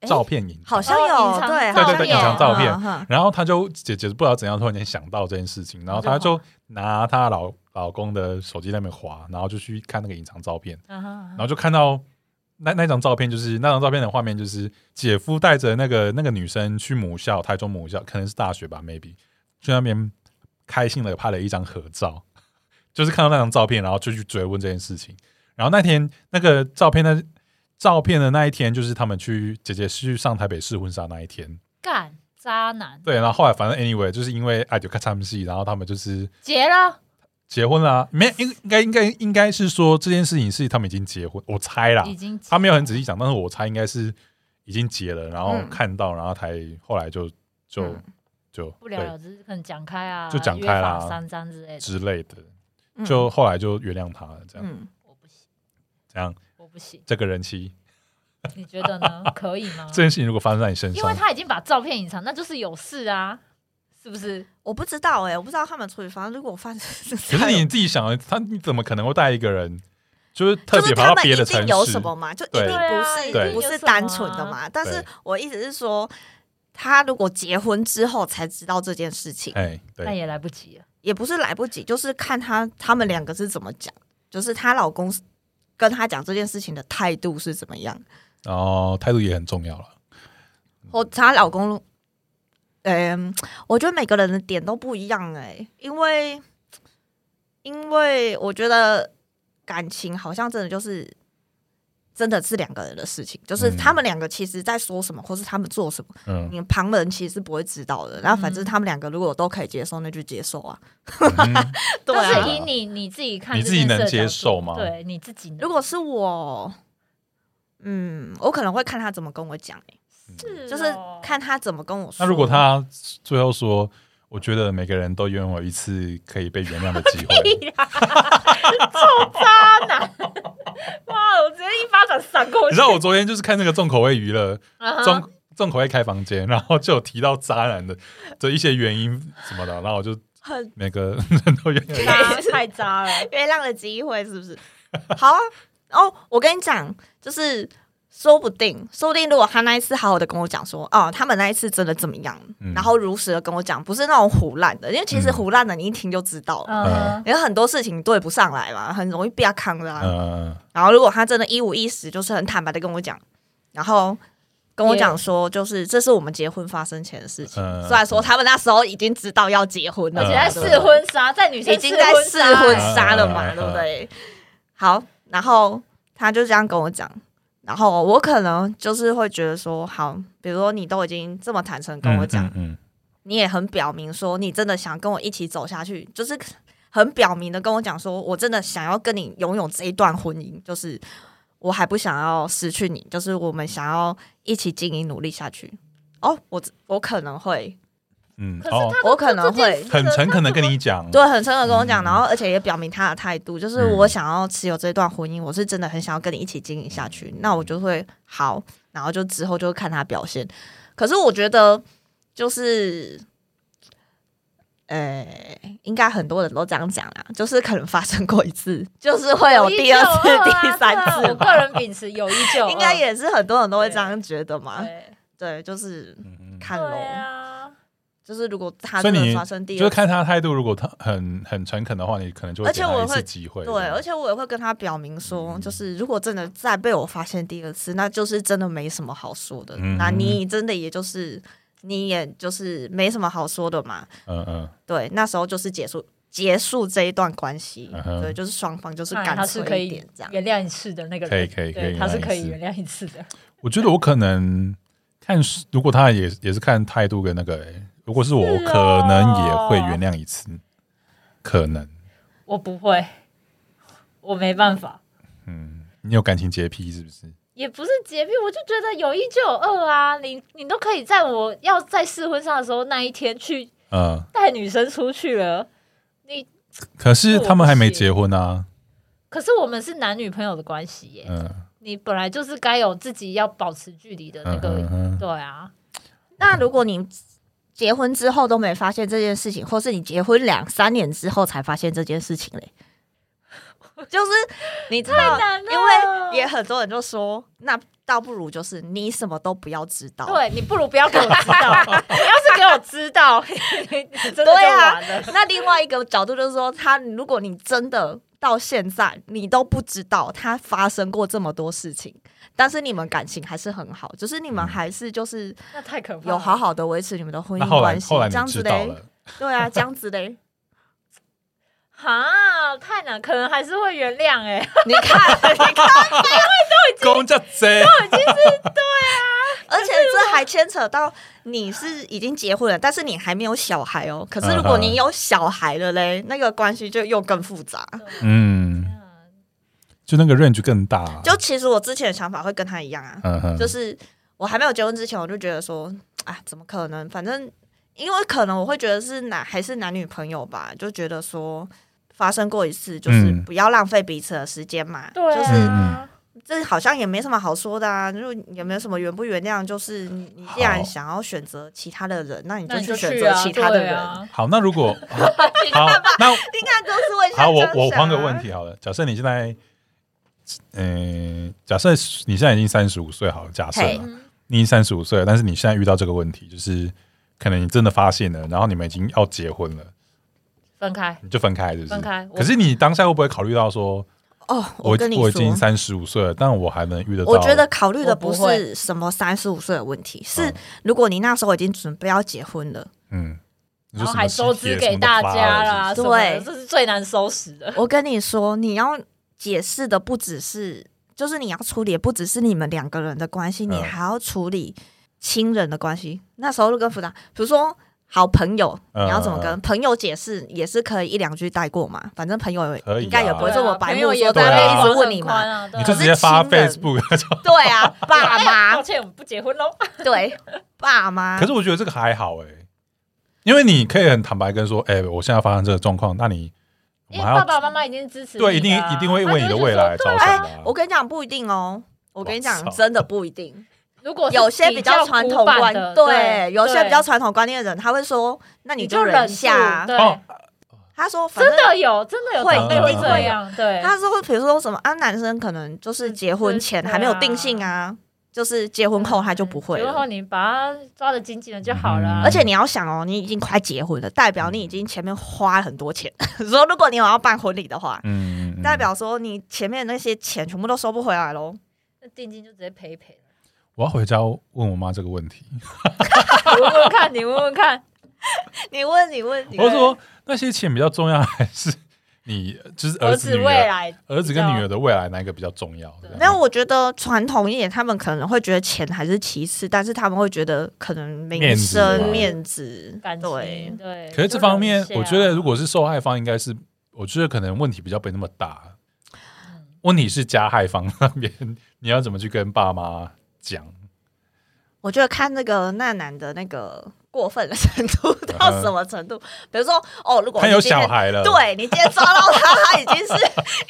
诶照片隐藏好。像哦有隐藏对照好像片对对有隐藏照片嗯哼然后他就姐姐不知道怎样突然间想到这件事情，然后她就拿她老老公的手机在那边滑，然后就去看那个隐藏照片。嗯哼然，后就看到那那张照片，就是那张照片的画面，就是姐夫带着那个那个女生去母校，台中母校，可能是大学吧，maybe 去那边开心的拍了一张合照， (laughs) 就是看到那张照片，然后就去追问这件事情。然后那天那个照片的照片的那一天，就是他们去姐姐是去上台北试婚纱那一天，干渣男，对。然后后来反正 anyway，就是因为爱就看他们戏，然后他们就是结了，结婚啦、没应应该应该应该是说这件事情是他们已经结婚，我猜啦，已经啊他没有很仔细讲，但是我猜应该是已经结了，然后嗯看到，然后才后来就就、嗯就不了了之，可能讲开啊，就讲开啦约法三章之类对的。之类的，嗯就后来就原谅他了，这样、嗯，我不行，这样我不行，这个人妻你觉 (laughs) 得呢？可以吗这？件事情如果发生在你身因为上，他已经把照片隐藏，那就是有事啊，是不是？我不知道哎，我不知道他们处理方式。如果我发现，可是你自己想，啊他你怎么可能会带一个人，就是特就是别他跑到们一别的城定有市什？么嘛，就一对定对不啊是、一定不有是什么单纯的嘛。但是对我意思是说，他如果结婚之后才知道这件事情，哎，那对，也来不及了。也不是来不及，就是看他他们两个是怎么讲，就是她老公跟她讲这件事情的态度是怎么样，然后态度也很重要了。或她老公，嗯、我觉得每个人的点都不一样哎、因为因为我觉得感情好像真的就是。真的是两个人的事情，就是嗯他们两个其实在说什么，或是他们做什么，嗯， (laughs) 你旁人其实是不会知道的。然后反正嗯他们两个如果都可以接受，那就接受啊。嗯对啊但是以你你自己看你这自己件能事的接角度受吗对，你自己能如果是我，嗯，我可能会看他怎么跟我讲、欸，是就是哦看他怎么跟我那说。如果他最后说，我觉得每个人都拥有一次可以被原谅的机 (laughs) 会，哇，我直接一巴掌闪过你去知。道我昨天就是看那个重口味娱乐，呃嗯哼重重口味开房间，然后就有提到渣男的 (laughs) 的一些原因什么的，然后我就很每个人都原谅。渣太渣了， (laughs) 月亮的机会是不是？好啊，哦，我跟你讲，就是说不定，说不定如果他那一次好好的跟我讲说，哦，他们那一次真的怎么样，嗯然后如实的跟我讲，不是那种胡乱的，因为其实嗯胡乱的你一听就知道了，嗯，有很多事情对不上来嘛，很容易被他坑的、啊。嗯然后如果他真的一五一十，就是很坦白的跟我讲，然后跟我讲说，就是这是我们结婚发生前的事情。嗯虽然说他们那时候已经知道要结婚了，而且在对不对试婚纱，在女生已经在试纱婚欸纱了嘛，嗯对不对？好，然后他就这样跟我讲，然后我可能就是会觉得说，好，比如说你都已经这么坦诚跟我讲，，嗯你也很表明说你真的想跟我一起走下去，就是很表明的跟我讲说，我真的想要跟你拥有这一段婚姻，就是我还不想要失去你，就是我们想要一起经营努力下去。哦，我我可能会嗯，可是哦，他我可能会很诚恳的跟你讲，对啊很诚恳地跟我讲，嗯然后而且也表明他的态度，就是嗯我想要持有这段婚姻，我是真的很想要跟你一起经营下去，那我就会好，然后就之后就看他表现。可是我觉得就是。呃，应该很多人都这样讲啊，就是可能发生过一次，就是会有第二次、第三次啊 (laughs) 我吧，个人秉持有一就应该也是很多人都会这样觉得嘛。对对，就是嗯，嗯看咯，对啊，就是如果他所真以的你发生第就二次，是看他的态度，如果他很很诚恳的话，你可能就会而且给他我一次会机会，嗯对，而且我也会跟他表明说，就是如果真的再被我发现第二次，那就是真的没什么好说的。嗯那你真的也就是你也就是没什么好说的嘛。嗯嗯对，那时候就是结束结束这一段关系，嗯哼对，就是双方就是哎干他是可脆一以点这样。原谅一次的那个人，可以可以对可以他是原谅一可以次原谅一次的。我觉得我可能看是，如果他也也是看态度跟那个、欸，如果是啊我，我是哦可能也会原谅一次，可能，我不会，我没办法，嗯，你有感情洁癖是不是？也不是洁癖，我就觉得有一就有二啊。你你都可以在我要在试婚纱的时候那一天去嗯，带女生出去了，你可是他们还没我不行结婚啊，可是我们是男女朋友的关系耶，嗯你本来就是该有自己要保持距离的那嗯个，嗯嗯，对啊，那如果你结婚之后都没发现这件事情，或是你结婚两三年之后才发现这件事情嘞， (laughs) 就是你知道，难了因为也很多人就说，那倒不如就是你什么都不要知道。对你不如不要给我知 (laughs) 道，啊你要是给我知道， (laughs) 你真的就对啊完了。，那另外一个角度就是说，他如果你真的到现在你都不知道他发生过这么多事情，但是你们感情还是很好，就是你们还是就是那太可怕了。有好好的维持你们的婚嗯那姻后来关系，后来你这样知子道嘞，了，对啊，这样子嘞。哈，太难，可能还是会原谅哎、 (laughs) 你看，你看，公家 (laughs) 贼，而且这还牵扯到你是已经结婚了，但是你还没有小孩哦。可是如嗯果你有小孩了嘞，那个关系就又更复杂。嗯，就那个 range 更大、啊就其实我之前的想法会跟他一样啊，嗯哼，就是我还没有结婚之前，我就觉得说，啊，怎么可能？反正因为可能我会觉得是男还是男女朋友吧，就觉得说发生过一次，就是嗯不要浪费彼此的时间嘛。对、啊，就是嗯这好像也没什么好说的啊，就也没有什么原不原谅，就是你你既然好想要选择其他的人，那你那就你去就选去择啊，其他的对人。啊、好，那如果 (laughs) 好，好那你看，都是为好，我我换啊个问，题好了，假设你现在，嗯、假设你现在已经三十五岁好了，假设嘿啊嗯你三十五岁了，但是你现在遇到这个问题，就是可能你真的发现了，然后你们已经要结婚了，分开。你就分开，是不是？分开我可是你当下会不会考虑到说，哦，我跟你已经说，三十五岁了，但我还能遇得到？我觉得考虑的不我不会是什么三十五岁的问题，是嗯如果你那时候已经准备要结婚了，嗯，你说然什后么还收喜帖支什么给都大发家了啦，是什对么的这是最难收拾的。我跟你说，你要解释的不只是，就是你要处理，不只是你们两个人的关系，嗯你还要处理亲人的关系。那时候就更复杂，比如说好朋友，嗯你要怎么嗯跟朋友解释，也是可以一两句带过嘛，反正朋友也、可以啊应该也不会这么白朋目友说在也对那啊边一直问你嘛。嘛不是你可就是直接发亲人 Facebook (laughs) 就。对啊，爸妈啊抱，歉，我们不结婚喽。对，爸啊妈。可是我觉得这个还好哎、因为你可以很坦白跟说，哎、我现在发生这个状况，那你我因为们还要爸爸妈妈已经支持你的啊，对，一定一定会为你的未来着他想的就会觉得说。对啊啊、我跟你讲，不一定哦。我跟你我讲，操真的不一定。 (laughs) 如果是有些比比较较传古统板观的，对，有些比较对传统观念的人，他会说，那你你就就忍忍下啊住。对，哦他说，反真正的有，真的有会长辈一会定这会样，对，他说，比如说什么啊，男生可能就是结婚前对啊嗯还没有定性啊，就是结婚后他就不会结婚了后。你把他抓的紧紧的就好了啊、嗯而且你要想哦，你已经快结婚了，代表你已经前面花了很多钱。 (laughs) 说如果你有要办婚礼的话，嗯，嗯嗯代表说你前面那些钱全部都收不回来喽。那定金就直接赔一赔了。我要回家问我妈这个问题。 (laughs) 你问问看，你问问看，你问，你问，你我问是说那些钱比较重要，还是你就是 (laughs) 儿儿子子女未儿来儿子跟女儿的未来哪一个比较重要？这对样没有，我觉得传统一点，他们可能会觉得钱还是其次，但是他们会觉得可能面名子啊声、面子，感对情，对。可是这方面就，啊忍一我下觉得如果是受害方，应该是我觉得可能问题比较没那么大。问题是加害方那边，你要怎么去跟爸妈讲？我觉得看那个那男的那个过分的程度 (laughs) 到什么程度，比如说哦，如果嗯他有你今天小孩了，，对你今天抓到他，他已经是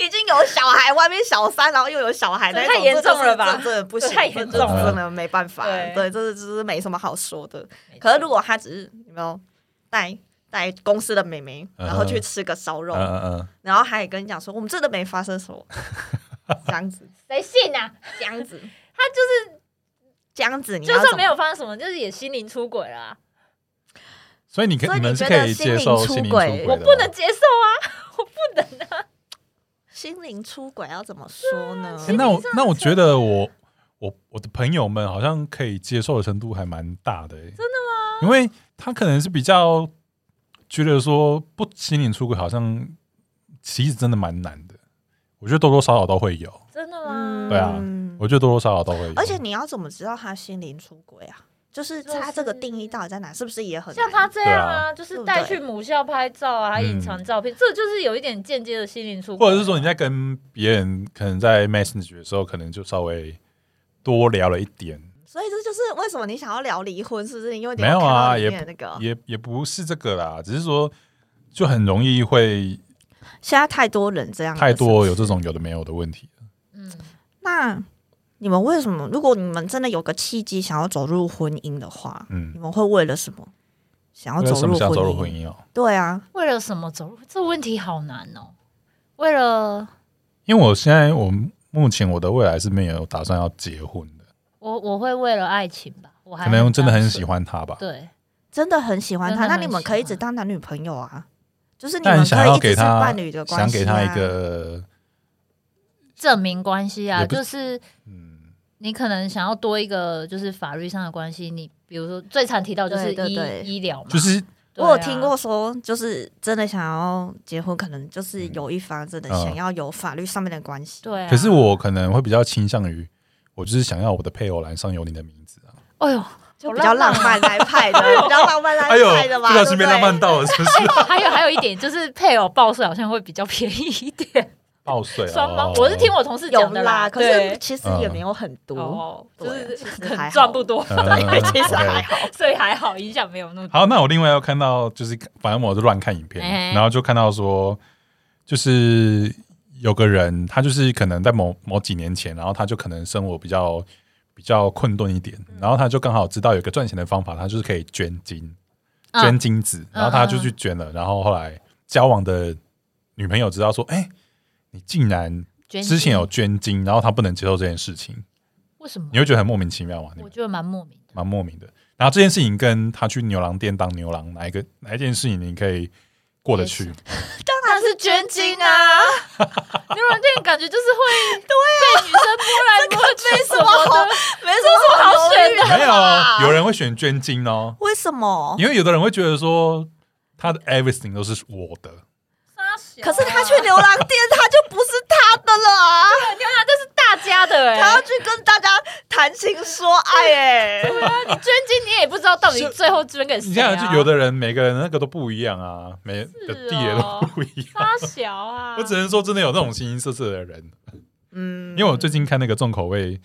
已经有小孩，外面小三，然后又有小孩，这那太种严这就是重了吧这真的不行，这太严这重了真的没办法。对对，这是这是没什么好说的。没错可是如果他只是有没有带带公司的妹妹，嗯然后去吃个烧肉嗯，嗯然后还跟你讲说我们真的没发生 (laughs) 什么，这样子，谁信啊？这样子，他就是这样子，你就要算怎没么？有发生什么，就是也心灵出轨啦、嗯，所以你可所以你你们是觉可得以心接灵受出心灵出轨轨的我吗，不能接受啊！心灵出轨要怎么说嗯呢？欸那我那我觉得我我我的朋友们好像可以接受的程度还蛮大的、欸，真的吗？因为他可能是比较觉得说不心灵出轨好像其实真的蛮难的，我觉得多多少少都会有，真的吗？嗯，对啊我觉得多多少少都会有，而且你要怎么知道他心灵出轨啊？就是就是他这个定义到底在哪？是不是也很像他难这样对嗯啊，就是带去母校拍照啊，还隐藏照片，这就是有一点间接的心灵出轨。或者是说你在跟别人可能在 message 的时候，可能就稍微多聊了一点，所以这就是为什么你想要聊离婚，是不是？因为你没有啊看到里也面的那个也也不是这个啦，只是说就很容易会现在太多人这样了，太多有是不这是。种有的没有的问题。嗯，那你们为什么？如果你们真的有个契机想要走入婚姻的话，嗯你，们会为了什么想要为走什么入婚想走入姻？婚姻哦？对啊，为了什么走入？这问题好难哦。为了因为我现在我目前我的未来是没有打算要结婚的，我，我会为了爱情吧，哎我还可能真的很喜欢。欢他吧，对，真的很喜欢他，真的那很你们可以只喜欢当男女朋友啊，就是你但们想可以要一直给是他伴侣的关系、啊，嗯想给他一个证明关系啊，也不就是嗯，你可能想要多一个，就是法律上的关系。你比如说最常提到就是医对对对医疗嘛，就是对啊我有听过说，就是真的想要结婚，可能就是嗯有一方真的想要有法律上面的关系。对啊。可是，我可能会比较倾向于，我就是想要我的配偶栏上有你的名字啊。哎呦，就比较浪漫啊那一派 (laughs) 的，比较浪漫那哎一呦，派的不吧，小对不心被对？浪漫到了，是不是？还 (laughs) 有还有一点就是配偶报税好像会比较便宜一点， (laughs) 报税双方我是 (laughs) 听我同事有讲的啦，可是对其实嗯也没有很多，哦，就对啊是其实可还能好赚不多， (laughs) 对 (laughs) 其实还好。好。所以还好影响没有那么大。嗯好，那我另外要看到，就是反正我就乱看影片，哎然后就看到说，就是有个人，他就是可能在某某几年前，然后他就可能生活比较比较困顿一点，然后他就刚好知道有一个赚钱的方法，他就是可以捐精，嗯捐精子，然后他就嗯嗯去捐了，然后后来交往的女朋友知道说，哎、你竟然捐之前有精捐精，然后他不能接受这件事情，为什么你？会觉得很莫名其妙吗？你我们觉得蛮莫名的。蛮莫名的。然后这件事情跟他去牛郎店当牛郎哪一个哪一件事情你可以过得去也？ (laughs) 当然是捐精 (laughs) 啊！牛郎店感觉就是会对啊，被女生摸来摸去什么的，没什么好啊选的。没有， (laughs) 有人会选捐精哦，为什么？因为有的人会觉得说他的 everything 都是我的，可是他去牛郎店，他就不是他的了啊！大家的哎、他要去跟大家谈情说爱，哎，你捐精你也不知道到底最后捐给你谁、啊。看，就有的人每个人那个都不一样啊，每的地也都不一样。发小啊，我只能说，真的有那种形形色色的人。嗯因为我最近看那个重口味，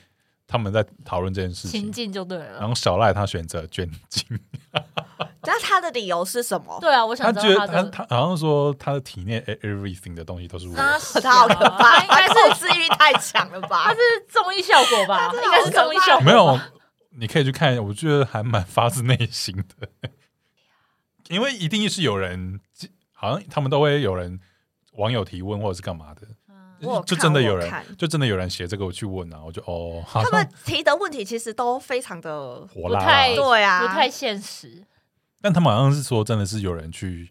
他们在讨论这件事亲情，近就对了然。后小赖他选择捐精，那他的理由是什么？对啊，我他想觉知得道他的。他好像说他的体内 everything 的东西都是我的。小他好可怕，应他该是控制欲太强了吧？他是综艺效果吧？真的应该是综艺效 (laughs) 果。没有，你可以去看，我觉得还蛮发自内心的，因为一定是有人，好像他们都会有人网友提问或者是干嘛的，嗯我有就看真的我有有人看就真的有人写这个，我去问啊，我就哦，好他像们提的问题其实都非常的火辣不太辣，对啊，不太现实。但他们好像是说真的是有人去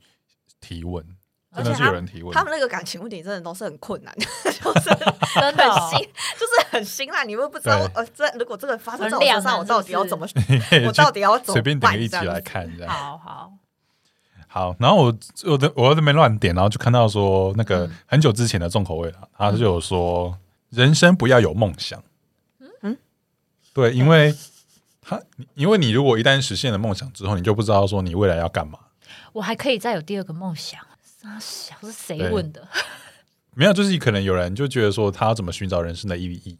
提问，而真的是且他有们人提问 (laughs) 他，们那个感情问题真的都是很困难， (laughs) 就是真 (laughs) 很的哦、辛，就是很辛辣。你会不知道对，呃，这如果这个发生在我很两身上，难我到是底不要是怎么，嘿我就到底要怎么随便点办一这起样来子看这样。好好，好，然后我我的我在那边乱点，然后就看到说那个嗯很久之前的重口味了，他就有说人生不要有梦想，嗯嗯，对，因为他因为你如果一旦实现了梦想之后，你就不知道说你未来要干嘛。我还可以再有第二个梦想。傻小是谁对问的？没有，就是可能有人就觉得说他要怎么寻找人生的意义，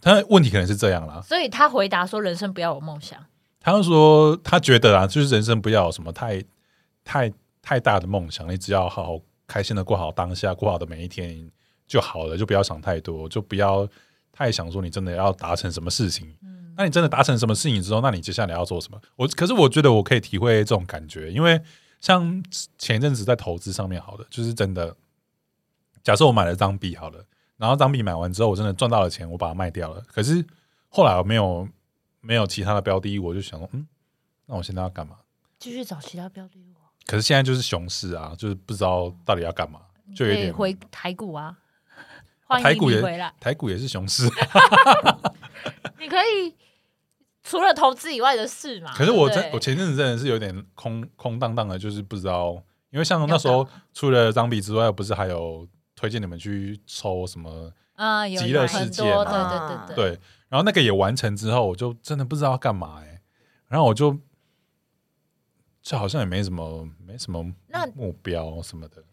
他的问题可能是这样啦。所以他回答说：“人生不要有梦想。他就说他觉得啊，就是人生不要有什么太太太大的梦想，你只要好好开心的过好当下，过好的每一天就好了，就不要想太多，就不要太想说你真的要达成什么事情。嗯那你真的达成什么事情之后，那你接下来要做什么？我可是我觉得我可以体会这种感觉，因为像前一阵子在投资上面，好的，就是真的，假设我买了张币好了，然后张币买完之后，我真的赚到了钱，我把它卖掉了，可是后来我没有没有其他的标的，我就想说，嗯，那我现在要干嘛？”继续找其他标的物啊，可是现在就是熊市啊，就是不知道到底要干嘛，就有可以点回台股啊，欢台迎股也你回来。台股也是熊市，你可以除了投资以外的事嘛。可是我真对不我对前阵子真的是有点空空荡荡的，就是不知道，因为像干那时候除了张笔之外，不是还有推荐你们去抽什么？啊，有极有乐很世界多，嘛对对对对，然后那个也完成之后，我就真的不知道要干嘛哎、然后我就这好像也没什么没什么那目标什么的，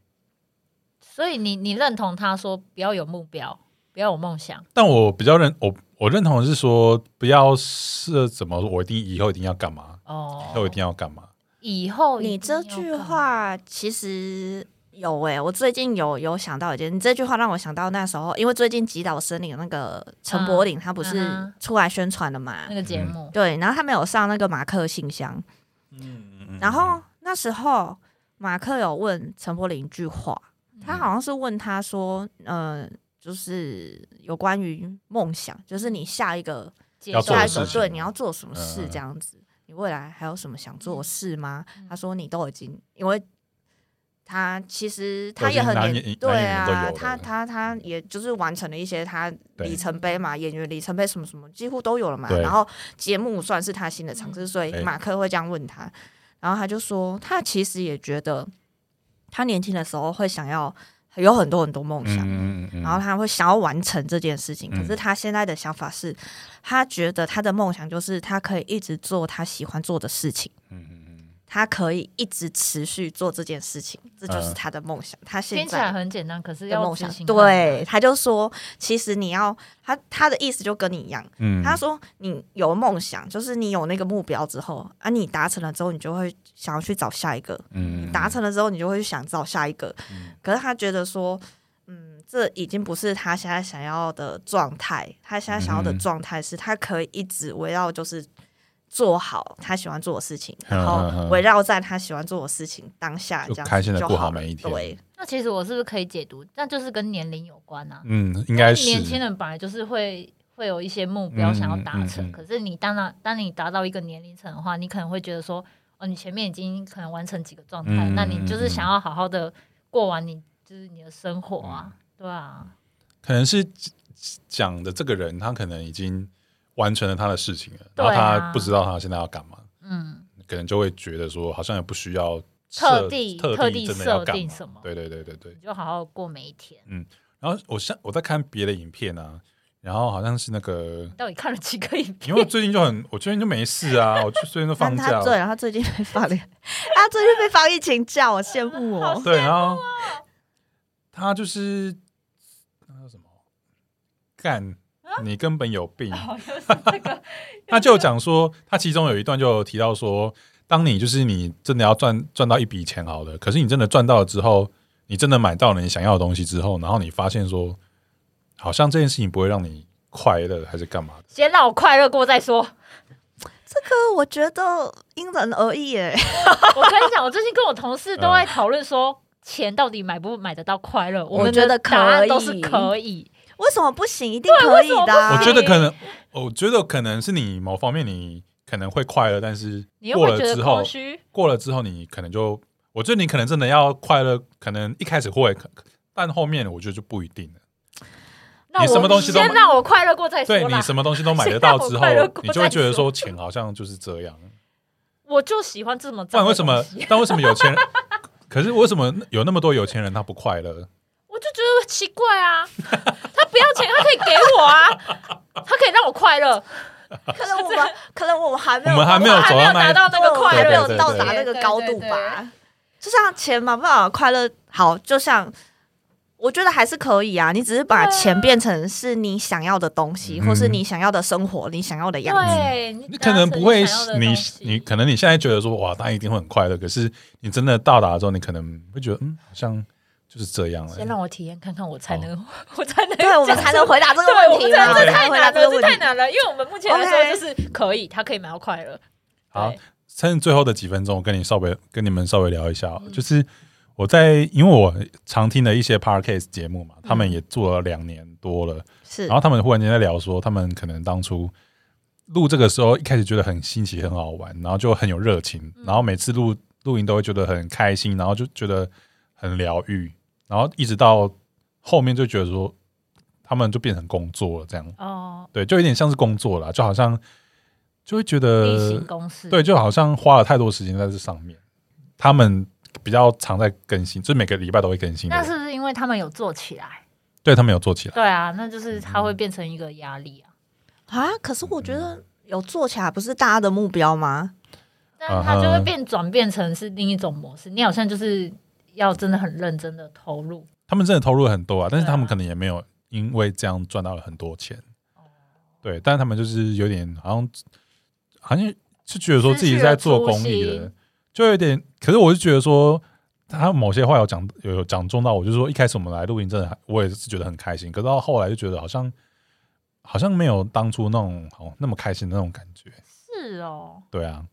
所以你你认同他说不要有目标，不要有梦想，但我比较认我我认同的是说不要是怎么我一定以后一定要干嘛，哦，我一定要干嘛。以后你一定这要句干嘛话其实有诶、我最近有有想到一件，你这句话让我想到那时候，因为最近吉岛森林的那个陈柏霖，他不嗯是哼出来宣传了嘛？那个节目，对，然后他没有上那个马克信箱，嗯嗯然后那时候马克有问陈柏霖一句话，嗯他好像是问他说，呃，就是有关于梦想，就是你下一个节要奏做下的一事个情对你要做什么事嗯嗯这样子，你未来还有什么想做的事吗？嗯他说你都已经，因为他其实都他已也经很男年演男对演员都啊有，他了嗯他他也就是完成了一些他对里程碑嘛，演员里程碑什么什么几乎都有了嘛。对哎然后节目算是他新的嗯尝试，所以对马克会这样问他，然后他就说他其实也觉得他年轻的时候会想要有很多很多梦想，嗯嗯嗯，然后他会想要完成这件事情。嗯可是他现在的想法是，他觉得他的梦想就是他可以一直做他喜欢做的事情，嗯嗯嗯他可以一直持续做这件事情，嗯这就是他的梦想。他现听起来在。很简单，可是的要梦执想行，很对，他就说，其实你要他他的意思就跟你一样，嗯他说你有梦想，就是你有那个目标之后啊，你达成了之后，你就会想要去找下一个，嗯达成了之后，你就会去想找下一个。嗯可是他觉得说，嗯，这已经不是他现在想要的状态。他现在想要的嗯哼状态是他可以一直围绕就是做好他喜欢做的事情，嗯然嗯后嗯围绕在他喜欢做的事情当下，就这样开心地子就过好了每一天对，那其实我是不是可以解读？那就是跟年龄有关啊。嗯，应该是年轻人本来就是会会有一些目标嗯想要达嗯成，嗯嗯可是你当然当你达到一个年龄层的话，你可能会觉得说，哦，你前面已经可能完成几个状态，嗯嗯那你嗯就嗯是想要好好的过完你就是你的生活啊，嗯对啊，可能是讲的这个人，他可能已经完成了他的事情了，然后对他啊不知道他现在要干嘛，嗯，可能就会觉得说好像也不需要特设地特特地真的要设干定嘛什么对对对对对你。就好好过每一天。然后我像我在看别的影片啊，然后好像是那个你，到底看了几个影因为我片？最近就很，我最近就没事啊，我就最近都放但 (laughs) 假他，对，然后最近被放了， (laughs) 他最近被放疫情假，我羡慕哦。对，然啊后他就是那叫什么干。你根本有病！好像啊哦是这个， (laughs) 他就讲说，他其中有一段就有提到说，当你就是你真的要赚赚到一笔钱好了，可是你真的赚到了之后，你真的买到了你想要的东西之后，然后你发现说，好像这件事情不会让你快乐，还是干嘛的？先让我快乐 (laughs) 过再说。这个我觉得因人而异耶， (laughs) 我跟你讲，我最近跟我同事都在讨论说，钱到底买不买得到快哦乐，我们觉的得可答案都是以可以。为什么不行？一定可以我觉的啊、为什么不得行可能，哦我觉得可能是你某方面你可能会快乐，但是你又过会了觉之得后空，虚，过了之后你可能就，我觉得你可能真的要快乐，可能一开始会，可但后面我觉得就不一定了。那你什么东我西都先让我快乐过再说对你啦。什么东西都买得到之后 (laughs) 先让我快乐过，你就会觉得再说说钱好像就是这 (laughs) 样。我就喜欢这么不脏然为的什东么西？ (laughs) 但为什么有钱人？ (laughs) 可是为什么有那么多有钱人他不快乐？我就觉得奇怪啊， (laughs) 他不要钱，他可以给我啊， (laughs) 他可以让我快乐，可能我们，可能 (laughs) 我们还没我有，们还没有我还没有走到啊那一达到那个快没乐对有对对到达那个高度对对吧。就像钱嘛，不好快乐好，就像我觉得还是可以啊。你只是把对啊钱变成是你想要的东西，嗯或是你想要的生活，你想要的样子。对，你达可成能不会你想要，的你东西你可能你现在觉得说哇，他一定会很快乐，可是你真的到达之后，你可能会觉得嗯，好像就是这样了。先让我体验看看，我才能我才能哦对，我们讲才出能回答这个哎对，我问们题才嘛，能对我们这才太能回难答了，这个这问题太。难了，因为我们目前来 OK 说就是可以，他可以买到快乐。好对，趁最后的几分钟，我跟你稍微跟你们稍微聊一下哦，就是我在因为我常听的一些 podcast 节目嘛，他们也做了两年多了，是然后他们忽然间在聊说，他们可能当初录这个时候一开始觉得很新奇、很好玩，然后就很有热情，然后每次录录音都会觉得很开心，然后就觉得很疗愈，然后一直到后面就觉得说，他们就变成工作了，这样哦，对，就有点像是工作了，就好像就会觉例行得公事，呃对，就好像花了太多时间在这上面，他们。比较常在更新，就是每个礼拜都会更新的。那是不是因为他们有做起来？对他们有做起来，对啊，那就是它会变成一个压力啊。啊，可是我觉得有做起来不是大家的目标吗？ (laughs) 但是它就会嗯哼变转变成是另一种模式。你好像就是要真的很认真的投入，他们真的投入了很多啊，但是对啊他们可能也没有因为这样赚到了很多钱。哦对，但是他们就是有点好像好像就觉得说自己是在做公益失去了初的心，就有点。可是我就觉得说，他某些话有讲有有讲中到我，就是说一开始我们来录音真的还，我也是觉得很开心，可到后来就觉得好像好像没有当初那种好那么开心的那种感觉。是哦，对啊，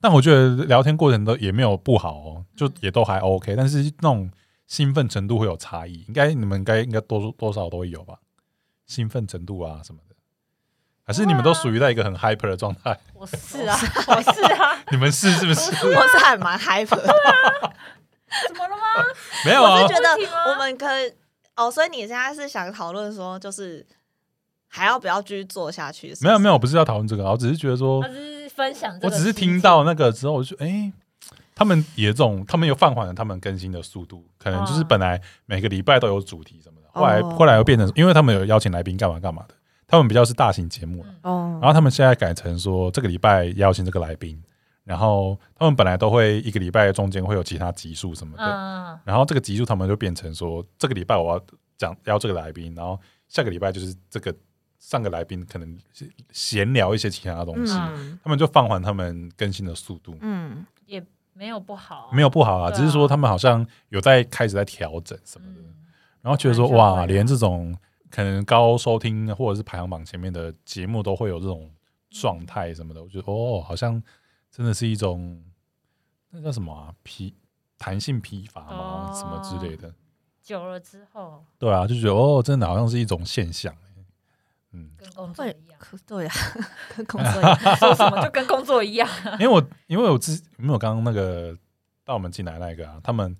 但我觉得聊天过程都也没有不好哦，就也都还 OK，、但是那种兴奋程度会有差异，应该你们应该应该多多少都会有吧？兴奋程度啊什么的，还是你们都属于在一个很 hyper 的状态？我是啊， (laughs) 我是啊，你们是是不是？我是还蛮 (laughs) hyper 的。怎么了吗？没有我啊是，觉得问题吗我们可以哦，所以你现在是想讨论说，就是还要不要继续做下去？是不是没有没有，我不是要讨论这个啊，我只是觉得说他，只是分享这我个只心情，是听到那个之后，我就哎、诶他们也这种，他们有放缓了他们更新的速度，可能就是嗯本来每个礼拜都有主题什么的，后来哦后来又变成，因为他们有邀请来宾干嘛干嘛的，他们比较是大型节目了，嗯哦然，后他们现在改成说这个礼拜邀请这个来宾，然后他们本来都会一个礼拜中间会有其他集数什么的，嗯，然后这个集数他们就变成说，这个礼拜我要讲邀这个来宾，然后下个礼拜就是这个上个来宾可能是闲聊一些其他东西，嗯他们就放缓他们更新的速度，嗯，也没有不好啊，没有不好啊，哦对啊只是说他们好像有在开始在调整什么的，嗯，然后觉得说本来就会哇，啊连这种可能高收听或者是排行榜前面的节目都会有这种状态什么的，我觉得哦，好像真的是一种那叫什么啊，疲弹性疲乏嘛，哦什么之类的。久了之后对啊，就觉得哦，真的好像是一种现象、 (laughs) 嗯，跟工作会一样，可对呀、跟 (laughs) 工作一样。说什么就跟工作一样，因为我因为我之因为我刚刚那个带我们进来那个啊，他们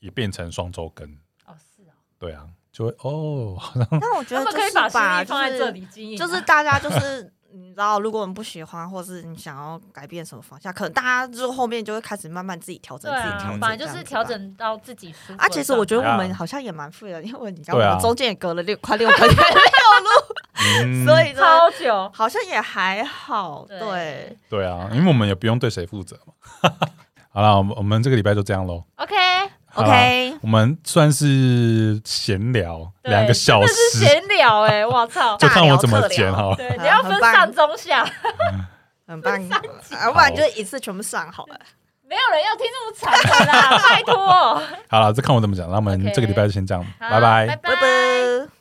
也变成双周更， (laughs) 哦，是啊，对对啊，就会哦， (laughs) 好像但我觉得他们就可以是把心吧，力就放在这是里经营啊，就是大家就是。你知道，如果你不喜欢，或是你想要改变什么方向，可能大家就后面就会开始慢慢自己调整，对自己调啊，整，本来就是调这样子吧。整到自己舒服的状态。啊，其实我觉得我对们啊好像也蛮富的， (laughs) 因为你知道我对啊们中间也隔了六快六个月 (laughs) 没有嗯录，所以呢，超久，好像也还好。对对，对啊，因为我们也不用对谁负责嘛。 (laughs) 好了，我们我们这个礼拜就这样喽。 OK，好啦 OK，我们算是闲聊对两个小真的是时，闲聊哎，我操！就大看我聊怎么特剪聊好了。对，你要分上中下，很 (laughs) 棒，啊，不然就一次全部上好了。没有人要听这么长的啦，拜托。好了，再看我怎么讲。那我们 OK 这个礼拜就先这样，好拜拜。拜拜拜。